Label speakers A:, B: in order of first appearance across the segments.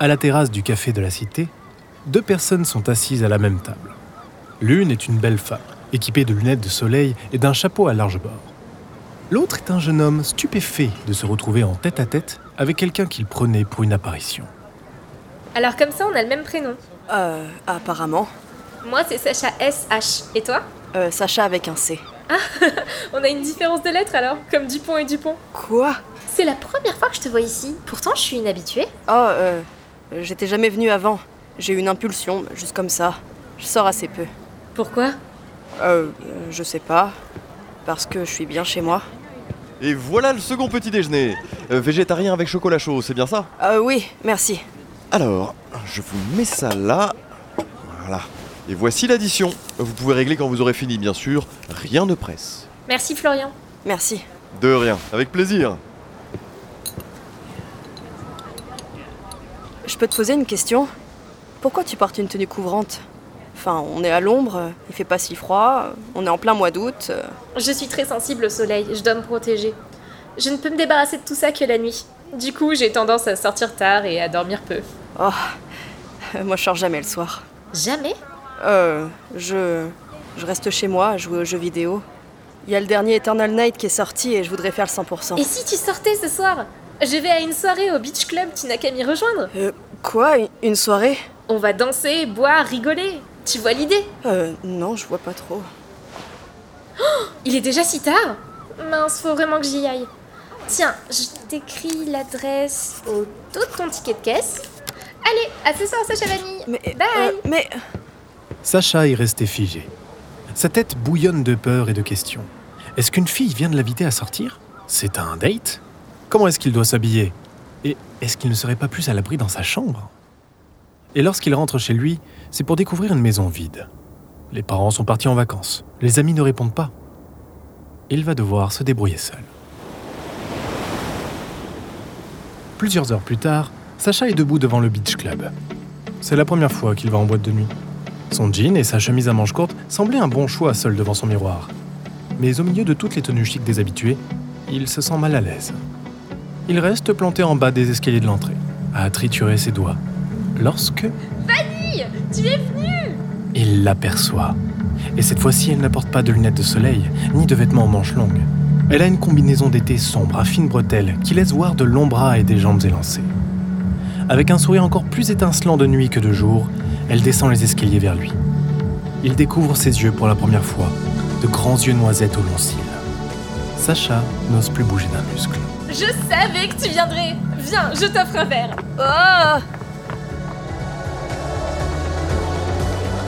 A: à la terrasse du café de la cité, deux personnes sont assises à la même table. L'une est une belle femme, équipée de lunettes de soleil et d'un chapeau à large bord. L'autre est un jeune homme stupéfait de se retrouver en tête à tête avec quelqu'un qu'il prenait pour une apparition.
B: Alors comme ça, on a le même prénom.
C: Euh, apparemment.
B: Moi, c'est Sacha SH. Et toi
C: Euh, Sacha avec un C.
B: On a une différence de lettres alors, comme Dupont et Dupont.
C: Quoi
D: C'est la première fois que je te vois ici. Pourtant, je suis inhabituée.
C: Oh, euh, j'étais jamais venue avant. J'ai eu une impulsion, juste comme ça. Je sors assez peu.
B: Pourquoi
C: Euh, euh, je sais pas. Parce que je suis bien chez moi.
E: Et voilà le second petit déjeuner. Euh, végétarien avec chocolat chaud, c'est bien ça
C: Euh, oui, merci.
E: Alors, je vous mets ça là. Voilà. Et voici l'addition. Vous pouvez régler quand vous aurez fini, bien sûr. Rien ne presse.
B: Merci Florian.
C: Merci.
E: De rien. Avec plaisir.
C: Je peux te poser une question Pourquoi tu portes une tenue couvrante Enfin, on est à l'ombre, euh, il fait pas si froid, euh, on est en plein mois d'août. euh,
B: Je suis très sensible au soleil, je dois me protéger. Je ne peux me débarrasser de tout ça que la nuit. Du coup, j'ai tendance à sortir tard et à dormir peu.
C: Oh, moi je sors jamais le soir.
D: Jamais
C: Euh, je. Je reste chez moi à jouer aux jeux vidéo. Il y a le dernier Eternal Night qui est sorti et je voudrais faire le 100%.
B: Et si tu sortais ce soir Je vais à une soirée au Beach Club, tu n'as qu'à m'y rejoindre.
C: Euh, quoi une- Une soirée
B: On va danser, boire, rigoler. Tu vois l'idée
C: Euh, non, je vois pas trop.
B: Il est déjà si tard Mince, faut vraiment que j'y aille. Tiens, je t'écris l'adresse au dos de ton ticket de caisse. Allez, à ce soir, Sacha Vanille
C: Mais.
B: Bye.
C: euh, mais.
A: Sacha est resté figé. Sa tête bouillonne de peur et de questions. Est-ce qu'une fille vient de l'inviter à sortir C'est un date Comment est-ce qu'il doit s'habiller Et est-ce qu'il ne serait pas plus à l'abri dans sa chambre Et lorsqu'il rentre chez lui, c'est pour découvrir une maison vide. Les parents sont partis en vacances, les amis ne répondent pas. Il va devoir se débrouiller seul. Plusieurs heures plus tard, Sacha est debout devant le beach club. C'est la première fois qu'il va en boîte de nuit. Son jean et sa chemise à manches courtes semblaient un bon choix seul devant son miroir. Mais au milieu de toutes les tenues chics des habitués, il se sent mal à l'aise. Il reste planté en bas des escaliers de l'entrée, à triturer ses doigts, lorsque
B: Tu es
A: il l'aperçoit. Et cette fois-ci, elle n'apporte pas de lunettes de soleil, ni de vêtements en manches longues. Elle a une combinaison d'été sombre à fines bretelles qui laisse voir de longs bras et des jambes élancées. Avec un sourire encore plus étincelant de nuit que de jour, elle descend les escaliers vers lui. Il découvre ses yeux pour la première fois, de grands yeux noisettes aux longs cils. Sacha n'ose plus bouger d'un muscle.
B: Je savais que tu viendrais Viens, je t'offre un verre
C: Oh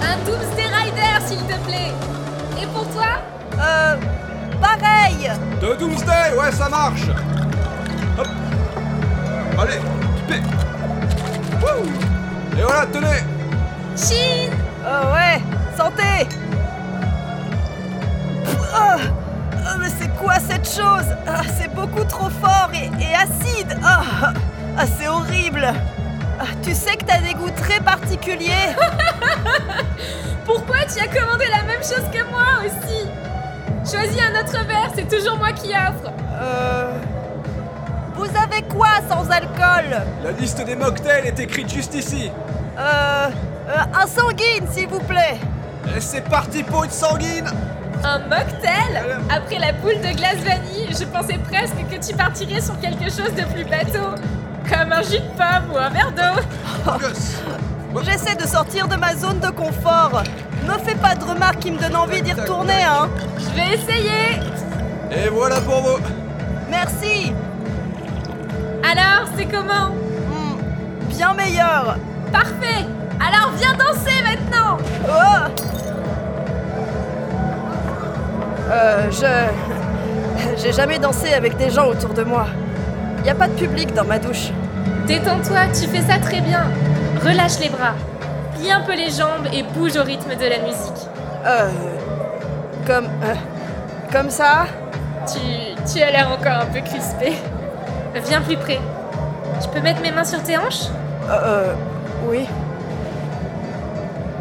B: Un Doomsday Rider, s'il te plaît Et pour toi
C: Euh. Pareil
F: De Doomsday, ouais, ça marche Hop Allez, pipé Wouh Et voilà, tenez
B: Chin
C: Oh ouais Santé Oh, Oh, mais c'est quoi cette chose Ah, C'est beaucoup trop fort et, et acide Ah, ah, c'est horrible Ah, Tu sais que t'as des goûts très particuliers
B: Pourquoi tu as commandé la même chose que moi aussi Choisis un autre verre, c'est toujours moi qui offre
C: Euh... Vous avez quoi sans alcool
F: La liste des mocktails est écrite juste ici
C: euh, euh, Un sanguine, s'il vous plaît
F: Et c'est parti pour une sanguine
B: Un mocktail Après la boule de glace vanille, je pensais presque que tu partirais sur quelque chose de plus bateau. Comme un jus de pomme ou un verre d'eau.
F: Yes.
C: J'essaie de sortir de ma zone de confort Me fais pas de remarques qui me donnent envie d'y retourner, hein
B: Je vais essayer
F: Et voilà pour vous
C: Merci
B: Alors, c'est comment
C: Hmm, Bien meilleur
B: Parfait Alors viens danser maintenant
C: Oh Euh, je. J'ai jamais dansé avec des gens autour de moi. Y a pas de public dans ma douche.
B: Détends-toi, tu fais ça très bien. Relâche les bras, plie un peu les jambes et bouge au rythme de la musique.
C: Euh. Comme. euh, comme ça
B: Tu, tu as l'air encore un peu crispé. Viens plus près. Je peux mettre mes mains sur tes hanches
C: Euh, euh, Oui.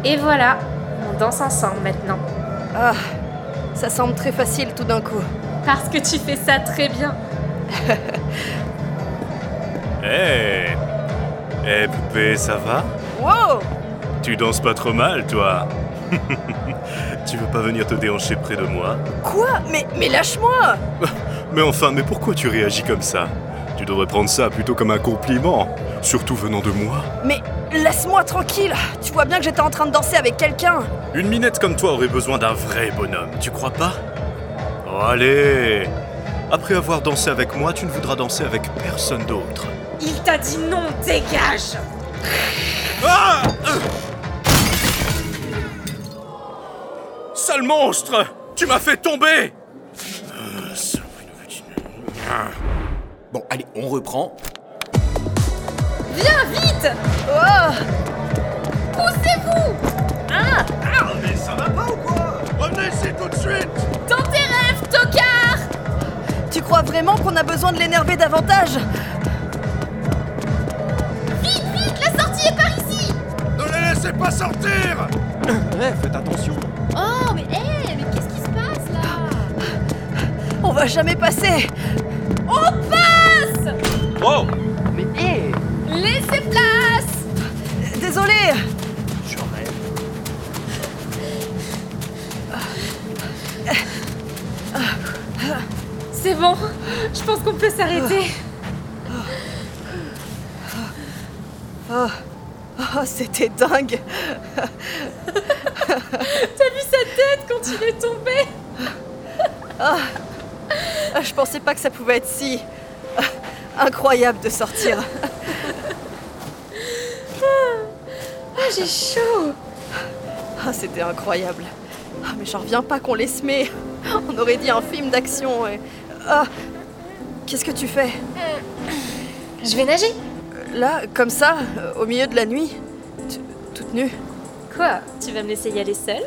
B: Et voilà, on danse ensemble maintenant.
C: Ah. Ça semble très facile tout d'un coup.
B: Parce que tu fais ça très bien.
G: Eh Eh poupée, ça va
C: Wow
G: Tu danses pas trop mal, toi Tu veux pas venir te déhancher près de moi
C: Quoi Mais, mais lâche-moi
G: Mais enfin, mais pourquoi tu réagis comme ça Tu devrais prendre ça plutôt comme un compliment, surtout venant de moi.
C: Mais laisse-moi tranquille Tu vois bien que j'étais en train de danser avec quelqu'un
G: Une minette comme toi aurait besoin d'un vrai bonhomme, tu crois pas Oh, allez Après avoir dansé avec moi, tu ne voudras danser avec personne d'autre.
B: Il t'a dit non, dégage
G: Ah Sale monstre Tu m'as fait tomber Ah,
H: Bon, allez, on reprend.
B: Viens vite
C: Oh
B: Poussez-vous
G: Mais ça va pas ou quoi Revenez ici tout de suite
B: Dans tes rêves, tocard
C: Tu crois vraiment qu'on a besoin de l'énerver davantage
B: Vite, vite, la sortie est par ici
G: Ne les laissez pas sortir
E: Eh, faites attention.
B: Oh, mais hé, mais qu'est-ce qui se passe là
C: On va jamais passer
B: On passe
F: Oh
B: Laissez place
C: Désolé
B: C'est bon, je pense qu'on peut s'arrêter.
D: Ah.
C: Oh, c'était dingue
B: T'as vu sa tête quand il est tombé
C: Ah, Je pensais pas que ça pouvait être si... ah, Incroyable de sortir
B: Ah, j'ai chaud
C: Ah, C'était incroyable. Ah, mais j'en reviens pas qu'on les semé. On aurait dit un film d'action. et- Ah, Qu'est-ce que tu fais
D: Je vais nager.
C: Là, comme ça, euh, au milieu de la nuit Tu- Toute nue
B: Quoi Tu vas me laisser y aller seule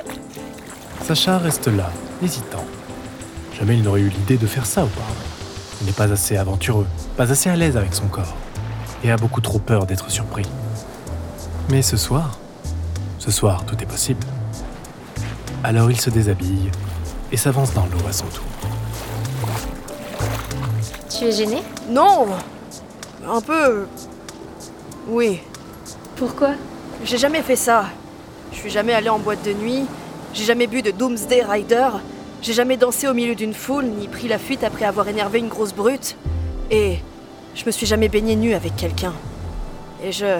A: Sacha reste là, hésitant. Jamais il n'aurait eu l'idée de faire ça auparavant. Il n'est pas assez aventureux, pas assez à l'aise avec son corps, et a beaucoup trop peur d'être surpris. Mais ce soir, ce soir, tout est possible. Alors il se déshabille et s'avance dans l'eau à son tour.
D: Tu es gêné
C: Non Un peu... Oui.
D: Pourquoi
C: J'ai jamais fait ça. Je suis jamais allée en boîte de nuit, j'ai jamais bu de Doomsday Rider, j'ai jamais dansé au milieu d'une foule ni pris la fuite après avoir énervé une grosse brute. Et je me suis jamais baignée nue avec quelqu'un. Et je.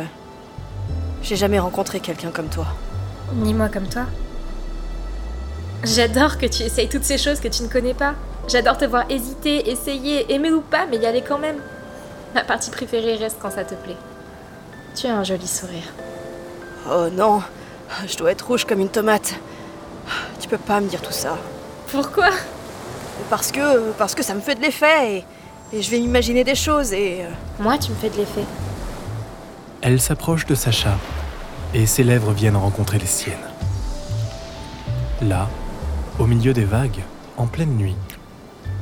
C: J'ai jamais rencontré quelqu'un comme toi.
D: Ni moi comme toi.
B: J'adore que tu essayes toutes ces choses que tu ne connais pas. J'adore te voir hésiter, essayer, aimer ou pas, mais y aller quand même. Ma partie préférée reste quand ça te plaît. Tu as un joli sourire.
C: Oh non, je dois être rouge comme une tomate. Tu peux pas me dire tout ça.
B: Pourquoi
C: Parce que. parce que ça me fait de l'effet et. et je vais imaginer des choses et. euh,
D: Moi, tu me fais de l'effet.
A: Elle s'approche de Sacha et ses lèvres viennent rencontrer les siennes. Là, au milieu des vagues, en pleine nuit,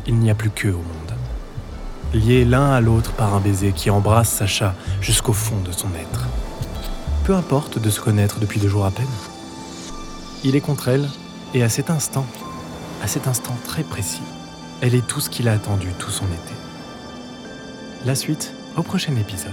A: il n'y a plus qu'eux au monde. Liés l'un à l'autre par un baiser qui embrasse Sacha jusqu'au fond de son être. Peu importe de se connaître depuis deux jours à peine. Il est contre elle et à cet instant, à cet instant très précis, elle est tout ce qu'il a attendu tout son été. La suite au prochain épisode.